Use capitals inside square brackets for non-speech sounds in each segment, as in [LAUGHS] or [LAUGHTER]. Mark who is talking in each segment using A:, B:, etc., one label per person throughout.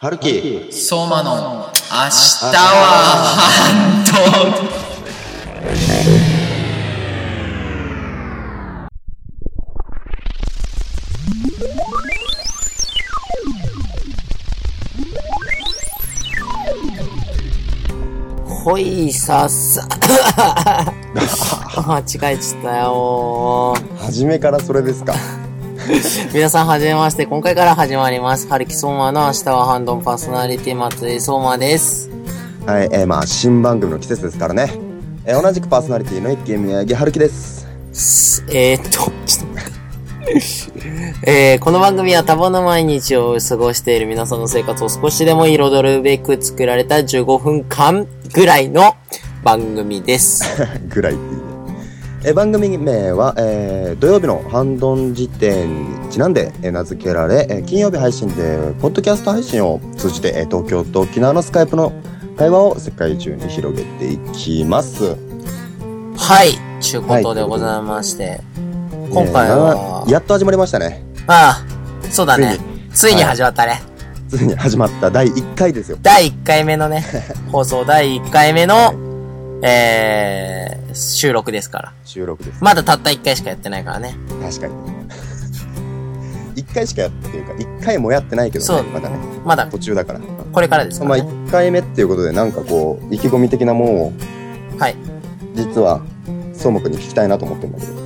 A: 春樹
B: 相馬の明日は半島
C: ほいさっさ [LAUGHS] 間違えちゃったよ
A: 初めからそれですか
C: 皆さんはじめまして今回から始まります春木相馬の明日はハンドンパーソナリティ松井相馬です
A: はいえー、まあ新番組の季節ですからね、えー、同じくパーソナリティの一軒宮城春樹です [LAUGHS]
C: すえー、っとちょっと待って [LAUGHS] えー、この番組は多忙な毎日を過ごしている皆さんの生活を少しでも彩るべく作られた15分間ぐらいの番組です。
A: ぐらいっていいね、えー、番組名は、えー、土曜日のハンドン時点にちなんで、えー名付けられ、えー金曜日配信でポッドキャスト配信を通じて、えー東京と沖縄のスカイプの会話を世界中に広げていきます
C: はい、ちゅうことでございまして、今回は
A: えー、やっと始まりましたね
C: ああ、そうだね。ついに始まったね。
A: ついに始まった第1回ですよ
C: 第1回目
A: [LAUGHS]
C: のね、放送第1回目の、えー、収録ですから。
A: 収録です
C: まだたった1回しかやってないからね。
A: 確かに [LAUGHS] 一回しかやっていうか一回もやってないけど
C: そう
A: ねまだね
C: まだ
A: 途中だから、
C: これからですか
A: まあ
C: らね。
A: 一回目っていうことでなんかこう意気込み的なもんを
C: はい。
A: 実は総目に聞きたいなと思ってるんだけど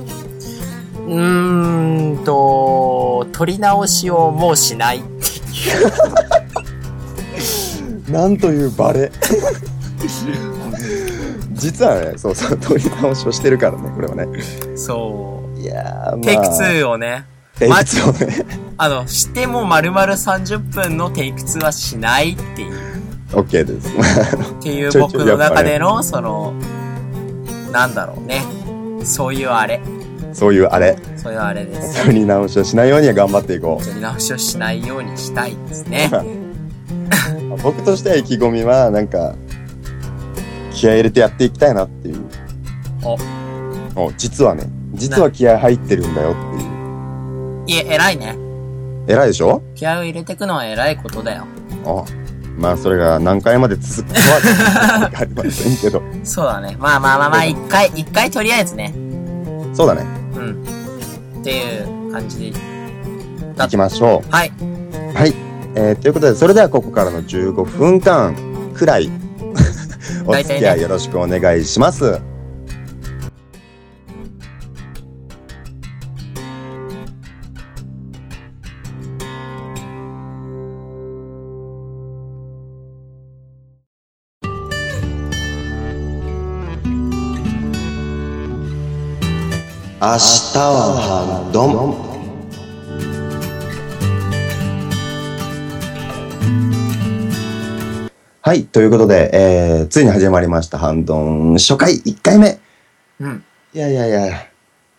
C: うーんと、撮り直しをもうしない。
A: なんというバレ [LAUGHS] 実はねそうそう取り直しをしてるからねこれはね
C: そう。
A: いやーまあ
C: テイク2
A: [LAUGHS]
C: をね、
A: テイク2をね [LAUGHS]
C: あの、しても丸々30分のテイク2はしないっていう、
A: OK です
C: っていう
A: ちょいちょ
C: 僕
A: いや
C: の
A: っぱね
C: 中での、その、なんだろうね。そういうあれ。
A: そういうあれ
C: そういうあれです。
A: 取り直しをしないようには頑張っていこう
C: 撮り直しをしないようにしたいです
A: [LAUGHS]
C: ね。
A: 僕としては意気込みはなんか気合い入れてやっていきたいなっていう
C: お
A: お実はね実は気合い入ってるんだよっていう
C: いえ、偉いね。
A: 偉いでしょ
C: 気合を入れてくのは偉いことだよ。
A: あまあそれが何回まで続くかは [LAUGHS] ありませんけど
C: そうだね。まあまあまあまあ、一回、一回とりあえずね。
A: そうだね
C: うん。っていう感じで。
A: 行きましょ
C: はい。
A: うはい、えーということでそれではここからの15分間くらいお付き合いよろしくお願いします、明日はハンドンはい、ということで、えー、ついに始まりました、ハンドン初回1回目。
C: うん。
A: いやいやいや、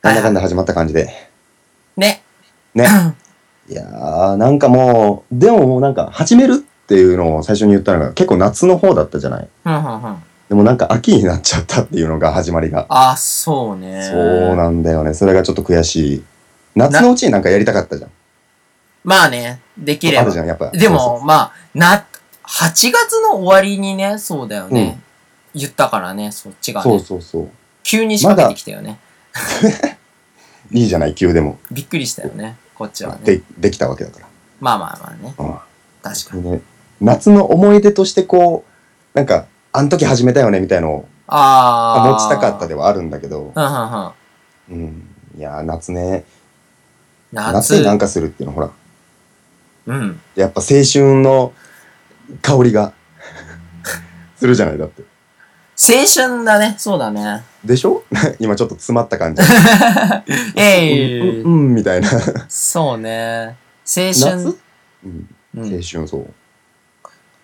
A: なんだかんだ始まった感じで。
C: ね。
A: ね。いやー、なんかもう、でももうなんか、始めるっていうのを最初に言ったのが、結構夏の方だったじゃない。
C: うんうんうん。あ
A: でもなんか秋になっちゃったっていうのが始まりが。
C: あ、そうね。
A: そうなんだよね。それがちょっと悔しい。夏のうちになんかやりたかったじゃん。
C: まあね、できれ
A: あるじ
C: ば。
A: ゃん、やっぱ。
C: で
A: そう
C: も、まあ、な、8月の終わりにね、そうだよね。言ったからね、そっちが
A: そう、
C: ね。
A: そうそうそう。
C: 急に仕掛けてきたよね。
A: いいじゃない、急でも。
C: びっくりしたよね、こっちはね。
A: で、できたわけだから。
C: まあまあまあね。
A: うん
C: 確かに。
A: ね、夏の思い出としてこうなんかあん時始めたよねみたいのを
C: ああ。
A: 持ちたかったではあるんだけど、
C: うんうんうん。
A: うん、いやー夏ね夏
C: 夏。
A: になんかするっていうのほら
C: うん。
A: やっぱ青春の香り
C: [LAUGHS]
A: がするじゃないだって
C: 青春だね。そうだね。
A: でしょ [LAUGHS] 今ちょっと詰まった感じ、
C: ええ
A: うんうんうんみたいな
C: そうね。青春
A: 夏、、うん、
C: う
A: 青春
C: ん、
A: そう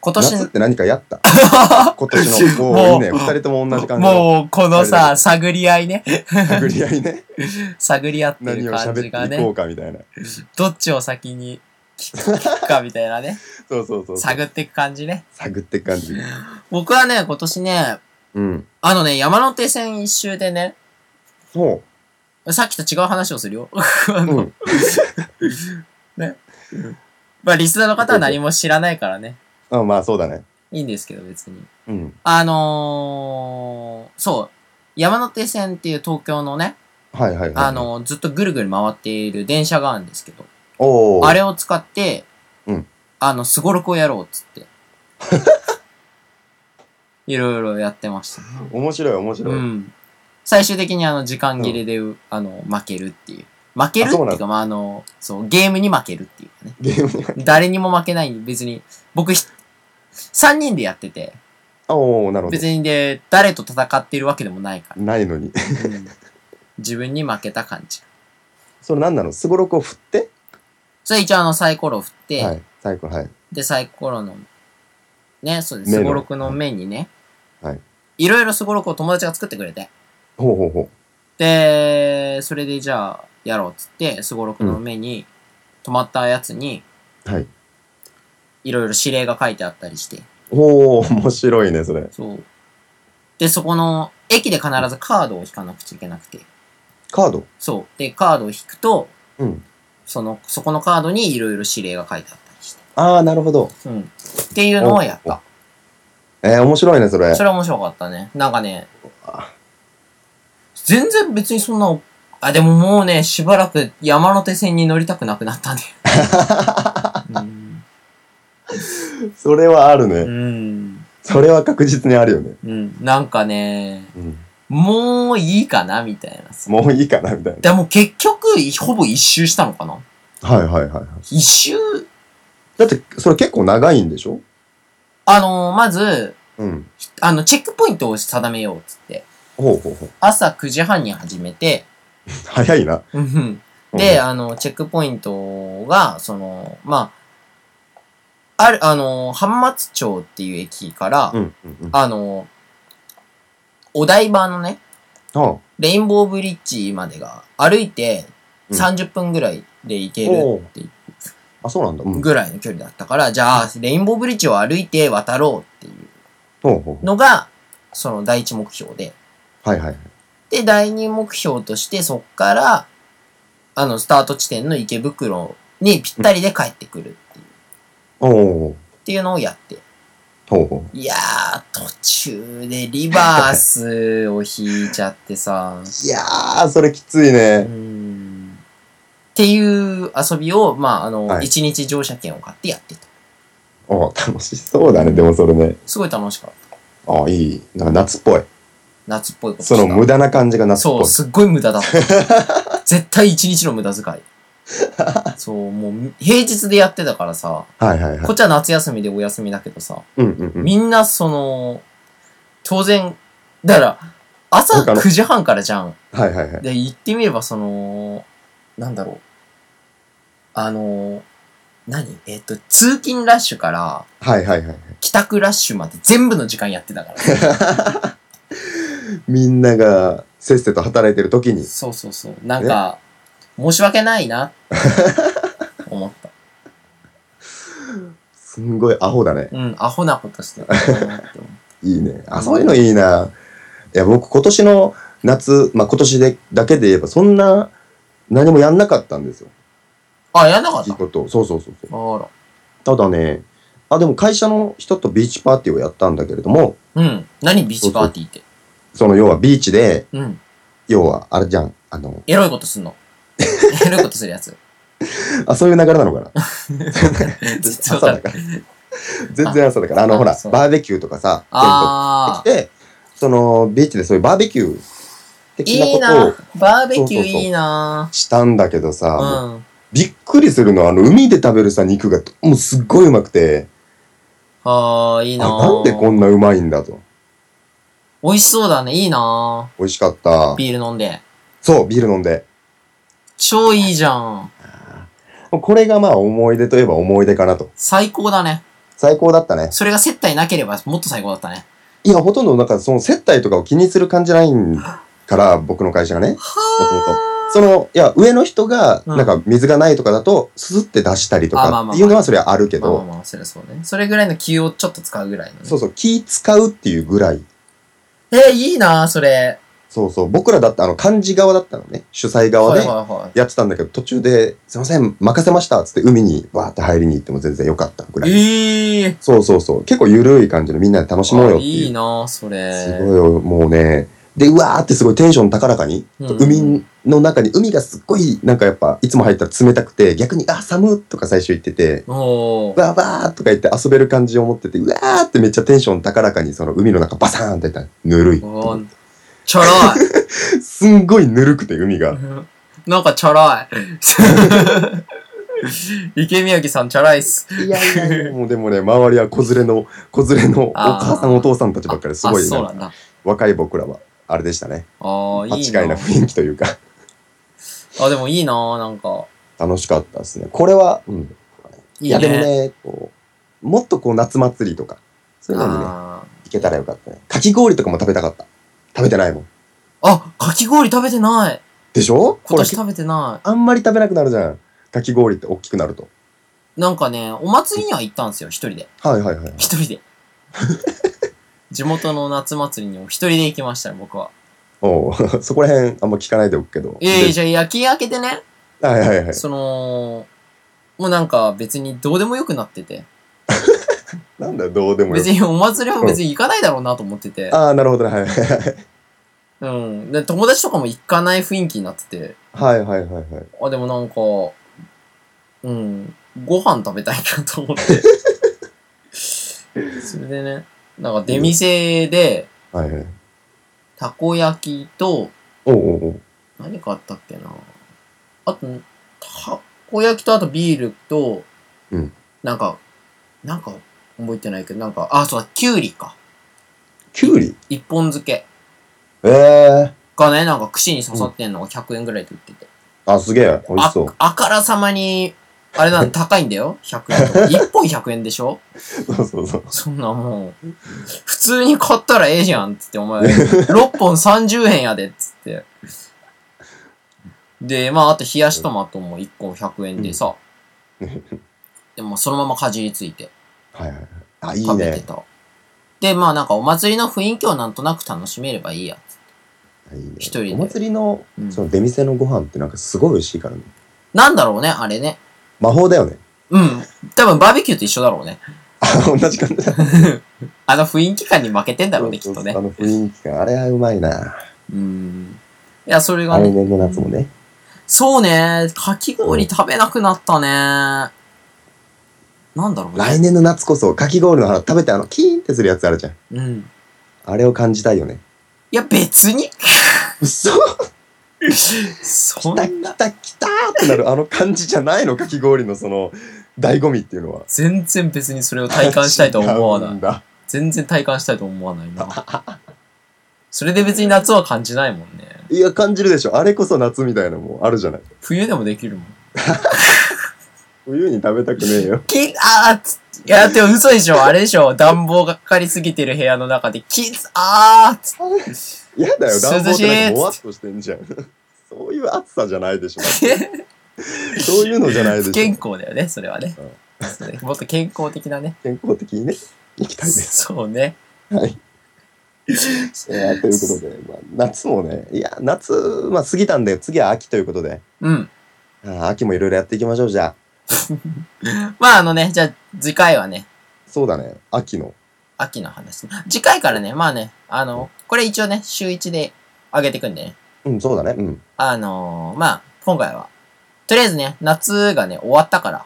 C: 今
A: 夏っ
C: 年、
A: て何かやった
C: [LAUGHS]
A: 今年のこう
C: もう
A: いいね二人とも同じ感じの
C: もうこのさ、探り合いね。 [LAUGHS]
A: 探り合いね
C: 探り合って
A: 何
C: る
A: を
C: 感じ
A: 喋
C: が
A: っていこ
C: ね
A: う。かみたいな
C: どっちを先に聞く聞くかみたいなね。
A: [LAUGHS] そうそうそうそう
C: 探っていく感じね。
A: 探っていく感じ
C: 僕はね、今年ね、 [LAUGHS]
A: うん
C: あのね、山手線一周でね、
A: そう
C: さっきと違う話をするよ。 [LAUGHS] あの
A: うん、
C: まあ、リスナーの方は何も知らないからね。
A: うん、まあそうだね。
C: いいんですけど、別に。
A: うん。
C: あのー、そう。山手線っていう東京のね、
A: はいはいはい。
C: あ、のー、ずっとぐるぐる回っている電車があるんですけど、
A: おー
C: あれを使って、
A: うん
C: あの、すごろくをやろうっつ
A: [LAUGHS]
C: って。いろいろやってましたね。
A: 面白い面白い。
C: うん。最終的にあの、時間切れで、あの、負けるっていう。負ける
A: あ
C: っ
A: そ
C: て
A: うなんだ
C: いうか、まあ、あの、そう、ゲームに負けるっていうかね。
A: ゲーム [LAUGHS] に。
C: 誰にも負けないんで、別に、僕ひ、3人でやってて、
A: おーなるほど
C: 別。にで、誰と戦ってるわけでもないから。
A: ないのに。 [LAUGHS]
C: うん自分に負けた感じ。
A: それ何なのすごろくを振って、
C: それ一応あの、サイコロを振って、
A: はい。最後、はい。
C: で、サイコロの、ね、そうです。
A: 目
C: す
A: の
C: ごろくの目にね、
A: はい。
C: いろいろすごろくを友達が作ってくれて、
A: ほうほうほ
C: で、それでじゃあ、やろうっつって、すごろくの目に、止まったやつに、
A: う。はい。
C: いろいろ指令が書いてあったりして、
A: おー面白いね、それ。
C: そう。で、そこの、駅で必ずカードを引かなくちゃいけなくて、
A: カード。
C: そう。で、カードを引くと、
A: うん。
C: その、そこのカードにいろいろ指令が書いてあったりして、
A: あーなるほど。
C: うん。っていうのをやった。
A: えー、面白いね、それ。
C: それは面白かったね。なんかね、全然別にそんな、あ、でももうね、しばらく山手線に乗りたくなくなったね。うん。
A: それはあるね。
C: うん。
A: それは確実にあるよね。
C: うん。なんかね、
A: うん。
C: もういいかな、みたいな。
A: もういいかな、みたい
C: でも結局、ほぼ一周したのかな
A: な。はいはいはいはい。
C: 一周
A: だって、それ結構長いんでしょ
C: あのまず、
A: うん。
C: あの、チェックポイントを定めようっつって。
A: ほうほうほう。
C: 朝9時半に始めて、
A: 早いな。
C: うんうんで、あの、チェックポイントが、その、まあ、ある、あの、浜松町っていう駅から、
A: うん、うん、うん。あ
C: あの、お台場のね、
A: あ。
C: レインボーブリッジまでが歩いて
A: うん
C: 30分ぐらいで行け
A: おう
C: るっていう
A: あ、そうなんだ。うん。ほう
C: ぐらいの距離だったから、じゃあ、レインボーブリッジを歩いて渡ろうってい
A: ほうほ
C: うのが、その第一目標で。
A: う。はいはいはい。
C: で、第二目標として、そっから、あの、スタート地点の池袋にぴったりで帰ってくるっていう。
A: おお。
C: っていうのをやって。
A: ほうほう。
C: いやー、途中でリバースを引いちゃってさ。
A: いやー、それき [LAUGHS] ついうね。
C: ーん。っていう遊びを、まあ、あの、
A: はい
C: 一、日乗車券を買ってやってた。
A: おー楽しそうだね、でもそれね。
C: すごい楽しかった。
A: ああ、いい。なんか夏っぽい。
C: 夏っぽいこと
A: その無駄な感じが夏っ
C: そ
A: ぽ
C: う、
A: い。
C: すっごい無駄だった。 [LAUGHS] 絶対一日の無駄遣い。そう、もう、平日でやってたからさ、
A: はいはいは
C: こ
A: い。
C: っちは夏休みでお休みだけどさ、
A: うんうんうん。
C: みんなその、当然、だから、朝
A: 他の
C: 9時半からじゃん。
A: はいはいはい。
C: で、言ってみれば、その、なんだろう。あの、何えっ、と、通勤ラッシュから
A: はいはいはい。
C: 帰宅ラッシュまで全部の時間やってたから。
A: みんながせっせと働いてる時に。
C: そうそうそう。なんか、申し訳ないな、思った。
A: すんごいアホだね。
C: うん、アホなことしてたなって思う
A: いいね。あ、そういうのいいな。いや、僕今年の夏、まあ今年で、だけで言えばそんな何もやんなかったんですよ。
C: あ、やんなか
A: い
C: っ
A: い
C: たあ
A: こと。そうそうそうそう。
C: ら。
A: ただね、あ、でも会社の人とビーチパーティーをやったんだけれども、
C: うん。何ビーチパーティーって。
A: その要はビーチで、
C: うん。
A: 要はあれじゃん、あの、
C: エロいことすんの。 [LAUGHS] エロいことするやつ。
A: [LAUGHS] あ、そういう流れなのかな
C: 実
A: 朝だ
C: は。
A: から。全然朝だから。あの、
C: あ
A: ほら、
C: そう
A: バーベキューとかさ、
C: あ
A: [LAUGHS] テントってきて、その、ビーチでそういうバーベキュー
C: ー。
A: 的
C: いい
A: なことを
C: な。バーベキュ
A: そう
C: ー
A: そうそう
C: いいな。
A: したんだけどさ、もう
C: うん。
A: びっくりするのは、あの、海で食べるさ、肉が、もうすっごいうまくて、
C: ああ、いい
A: あ、
C: なー
A: なんでこんなうまいんだと。
C: 美味しそうだね。いいな
A: 美味しかった
C: ー。ビール飲んで。
A: そう、ビール飲んで。
C: 超いいじゃん。
A: これがまあ、思い出といえば思い出かなと。
C: 最高だね。
A: 最高だったね。
C: それが接待なければもっと最高だったね。
A: いや、ほとんどなんか、その接待とかを気にする感じないから、僕の会社がね。
C: は
A: その、いや、上の人が、
C: うん
A: なんか、水がないとかだと、すすって出したりと
C: あまあまあ
A: か
C: まあ
A: っていうのは、それはあるけ
C: ー。まあまあ
A: ど、
C: まあ、そりゃそうね。それぐらいの気をちょっと使うぐらいのね。
A: そうそう、気使うっていうぐらい。
C: えー、いいなー、それ。
A: そうそう。僕らだって、あの、幹事側だったのね。主催側
D: はい
A: で
D: はいは
A: やってたんだけど、途中で、すいません、任せましたっつって海にわーって入りに行っても全然良かったぐらい。
D: い。ええ
A: そうそうそう。結構ゆるい感じのみんなで楽しもうよ
D: ー。
A: っていう。
D: いいなそれ。
A: すごいよ、もうね。で、うわーってすごいテンション高らかに、
D: うん
A: 海の中に、海がすっごい、なんかやっぱ、いつも入ったら冷たくて、逆に、あ、寒っとか最初言ってて、
D: おー
A: わーわーとか言って遊べる感じを持ってて、うわーってめっちゃテンション高らかに、その海の中バサーンってやったらぬるいって
D: お
A: い
D: ー。ちょろい。 [LAUGHS]
A: う。すんごいぬるくて、海が。
D: なんかチャラい。 [LAUGHS] 池宮城さんチャラいっす。
A: いやいやいや、もうでもね、周りは子連れの、子連れのお
D: あー
A: 母さんお父さんたちばっかりすご
D: あ
A: い、
D: そう
A: な
D: なんん
A: か
D: だ。
A: 若い僕らは、あれでしたね。
D: ああ、いい
A: 間違いな
D: な。
A: 雰囲気というか、
D: あ、でもいいななんか。
A: 楽しかったですね。これは、うん、
D: い
A: い
D: いね。
A: やでもねこうもっとこう夏祭りとかそういうのにね
D: あ
A: 行けたらよかったねかき氷とかも食べたかった食べてないもん
D: ーあ、かき氷食べてない。
A: でしょこ
D: 今
A: れ
D: 年食べてな
A: あんまり食べなくなるじゃんかき氷って大きくなると
D: い。なんかね、お祭りには行ったんですよ、一人で。
A: はいはいはい
D: 一
A: [LAUGHS]
D: 人で。地元の夏祭りにも一人で行きましたよ、僕は。
A: おう [LAUGHS] そこら辺あんま聞かないでおくけど
D: いやいや、
A: で
D: じゃあ夜景明けてね、
A: はいはいはい
D: その、もうなんか別にどうでもよくなってて。
A: なんだよどうでもよ
D: 別にお祭りも別に行かないだろうなと思ってて。
A: ああなるほどねはいはい
D: うん。で、友達とかも行かない雰囲気になってて。
A: はいはいはいはいはい
D: あ、でもなんか、うん、ご飯食べたいなと思って。
A: [LAUGHS]
D: それでね、なんか出店で、
A: はいはい
D: たこ焼きと、
A: おうおうおう
D: 何かあったっけなあと、たこ焼きとあとビールと、
A: うん
D: なんか、なんか覚えてないけど、なんか、あ、そうだ、きゅうりか。
A: きゅうり
D: 一本漬け
A: ええ
D: がね、なんか串に刺さってんのが100円ぐらいで売ってて。
A: あすげえ美味し
D: あ
A: そう、
D: あからさまに、あれなの高いんだよ。100円とか。1本100円でしょ
A: そうそうそう
D: そんなもう、普通に買ったらええじゃんっつって、
A: [LAUGHS]
D: お前、6本30円やでっつって。で、まあ、あと冷やしトマトも1個100円でさ、でもそのままかじりついて
A: はいはいはいあいい
D: 食べて
A: ね
D: た。で、まあなんかお祭りの雰囲気をなんとなく楽しめればいいや。
A: いいね
D: 一人で
A: お祭りの
D: うん
A: その出店のご飯ってなんかすごい美味しいからね
D: なんだろうね、あれね。
A: 魔法だよね。 [LAUGHS]
D: うん。多分バーベキューと一緒だろうね。
A: あ同じ感じだ。
D: あの雰囲気感に負けてんだろうね、き
A: そ
D: っ
A: うそう
D: とね
A: あ。の雰囲気が、あれはうまいな。
D: うん。いや、それが
A: 来
D: ね。
A: 年の夏もね。
D: そうね。かき氷食べなくなったね。なんだろうね。
A: 来年の夏こそ、かき氷の花食べてあの、キーンってするやつあるじゃん。
D: うん。
A: あれを感じたいよね。
D: いや、別に。
A: 嘘
D: そ
A: 来
D: ん
A: た
D: な。
A: 来た来たってなるあの感じじゃないの、かき氷のその、醍醐味っていうのは。
D: 全然別にそれを体感したいとは思わ
A: 違う
D: なんい。
A: だ
D: 全然体感したいと思わない
A: [LAUGHS]
D: な。それで別に夏は感じないもんね。
A: いや、感じるでしょ。あれこそ夏みたいなのもあるじゃない。
D: 冬でもできるもん。
A: 冬に食べたくねえ
D: [LAUGHS]
A: よ。
D: き、あーついや、でも嘘でしょあれでしょ暖房がかかりすぎてる部屋の中で、きつ、あーつ
A: やだよ、暖房
D: 涼
A: っ
D: しい
A: てなんかもわっとしてんじ [LAUGHS] ゃん。そういう暑さじゃないで
D: [LAUGHS]
A: しょ。だってそういうのじゃないでし
D: 不
A: ょ。
D: 健康だよね、それはね
A: うん。
D: そうねもっと健康的なね。
A: 健康的にね、行きたいです。
D: そうね。
A: はい。えーということで、まあ、夏もね、いや、夏、まあ、過ぎたんで、次は秋ということで、
D: うん。
A: あー秋もいろいろやっていきましょう、じゃあ。
D: まああのね、じゃあ次回はね、
A: そうだね、秋の。
D: 秋の話。次回からね、まあね、あの、これ一応ね、週1で上げていくんでね。
A: うん、そうだね、うん。
D: あのー、まあ、今回は、とりあえずね、夏がね、終わったから、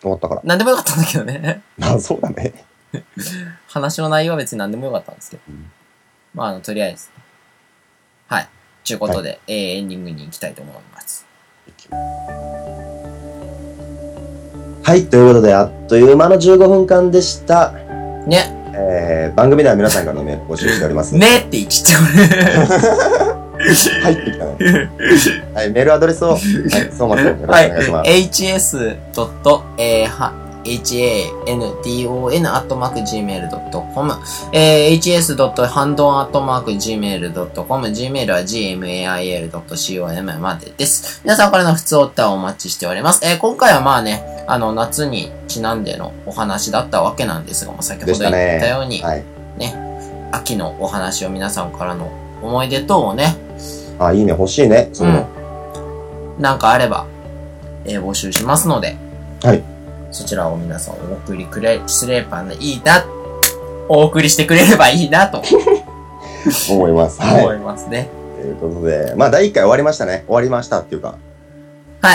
A: 終わったから。
D: なんでもよかったんだけどね。
A: [LAUGHS]
D: [LAUGHS]
A: まあ、そうだね。
D: 話の内容は別になんでもよかったんですけど
A: うん。
D: まあ、あの、とりあえず。はい。ということで、えーエンディングに行きたいと思います。
A: はい、ということで、あっという間の15分間でした。
D: ね、
A: えー、番組では皆さんからのメール募集しております。
D: ねって言っちゃって
A: 入ってきたね。はい、メールアドレスを、はい、相馬さん、よろしくお
D: は
A: 願
D: い
A: いしま。す。
D: hs.handon.gmail.com、えー、hs.handon.gmail.com、gmail は gmail.com までです。皆さんからの普通お歌をお待ちしております。えー、今回はまあね、あの、夏にちなんでのお話だったわけなんですが、もう先ほど言ったように、
A: はい。
D: 秋のお話を皆さんからの思い出等をね、
A: あ、いいね、欲しいね。その、
D: なんかあれば、えー募集しますので、
A: はい。
D: そちらを皆さんお送りくれ、失礼パンでいいな、お送りしてくれればいいなと
A: 思います。はい。
D: 思いますね。
A: ということで、まあ、第1回終わりましたね。終わりましたっていうか、
D: は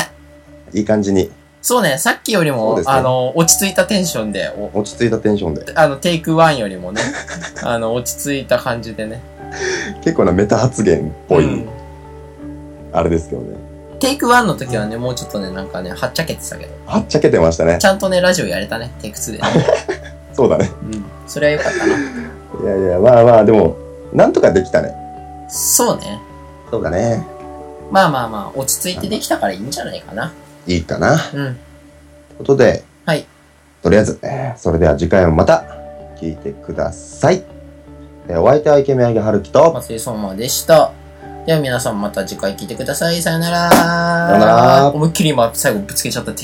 D: い。
A: いい感じに、
D: そうね、さっきより
A: そう
D: も、
A: ですね
D: あの、落ち着いたテンションで、お
A: 落ち着いたテンションで。
D: あの、テイクワンよ
A: [LAUGHS]
D: りもね、あの、落ち着いた感じでね。
A: 結構なメタ発言っぽい、
D: うん
A: あれですけどね。
D: テイクワンの時はね、もうちょっとね、なんかね、はっちゃけてたけど。
A: はっちゃけてましたね
D: ち。ゃんとね、ラジオやれたね、テイク2でね。
A: [LAUGHS] そうだね。
D: うん。それはよかったな。
A: いやいや、まあまあ、でも、なんとかできたね。
D: そうね。
A: そうだね。
D: まあまあまあ、落ち着いてできたからいいんじゃないかな。
A: いいかな。と
D: うん。
A: いうことで、
D: はい。
A: とりあえず、えーそれでは次回もまた、聞いてください。えーお相手はイケメンあげはるきと、
D: 松井相馬でした。では皆さんまた次回聞いてください。さよなら。さ
A: よなら
D: 思いっきり今、最後ぶつけちゃったって。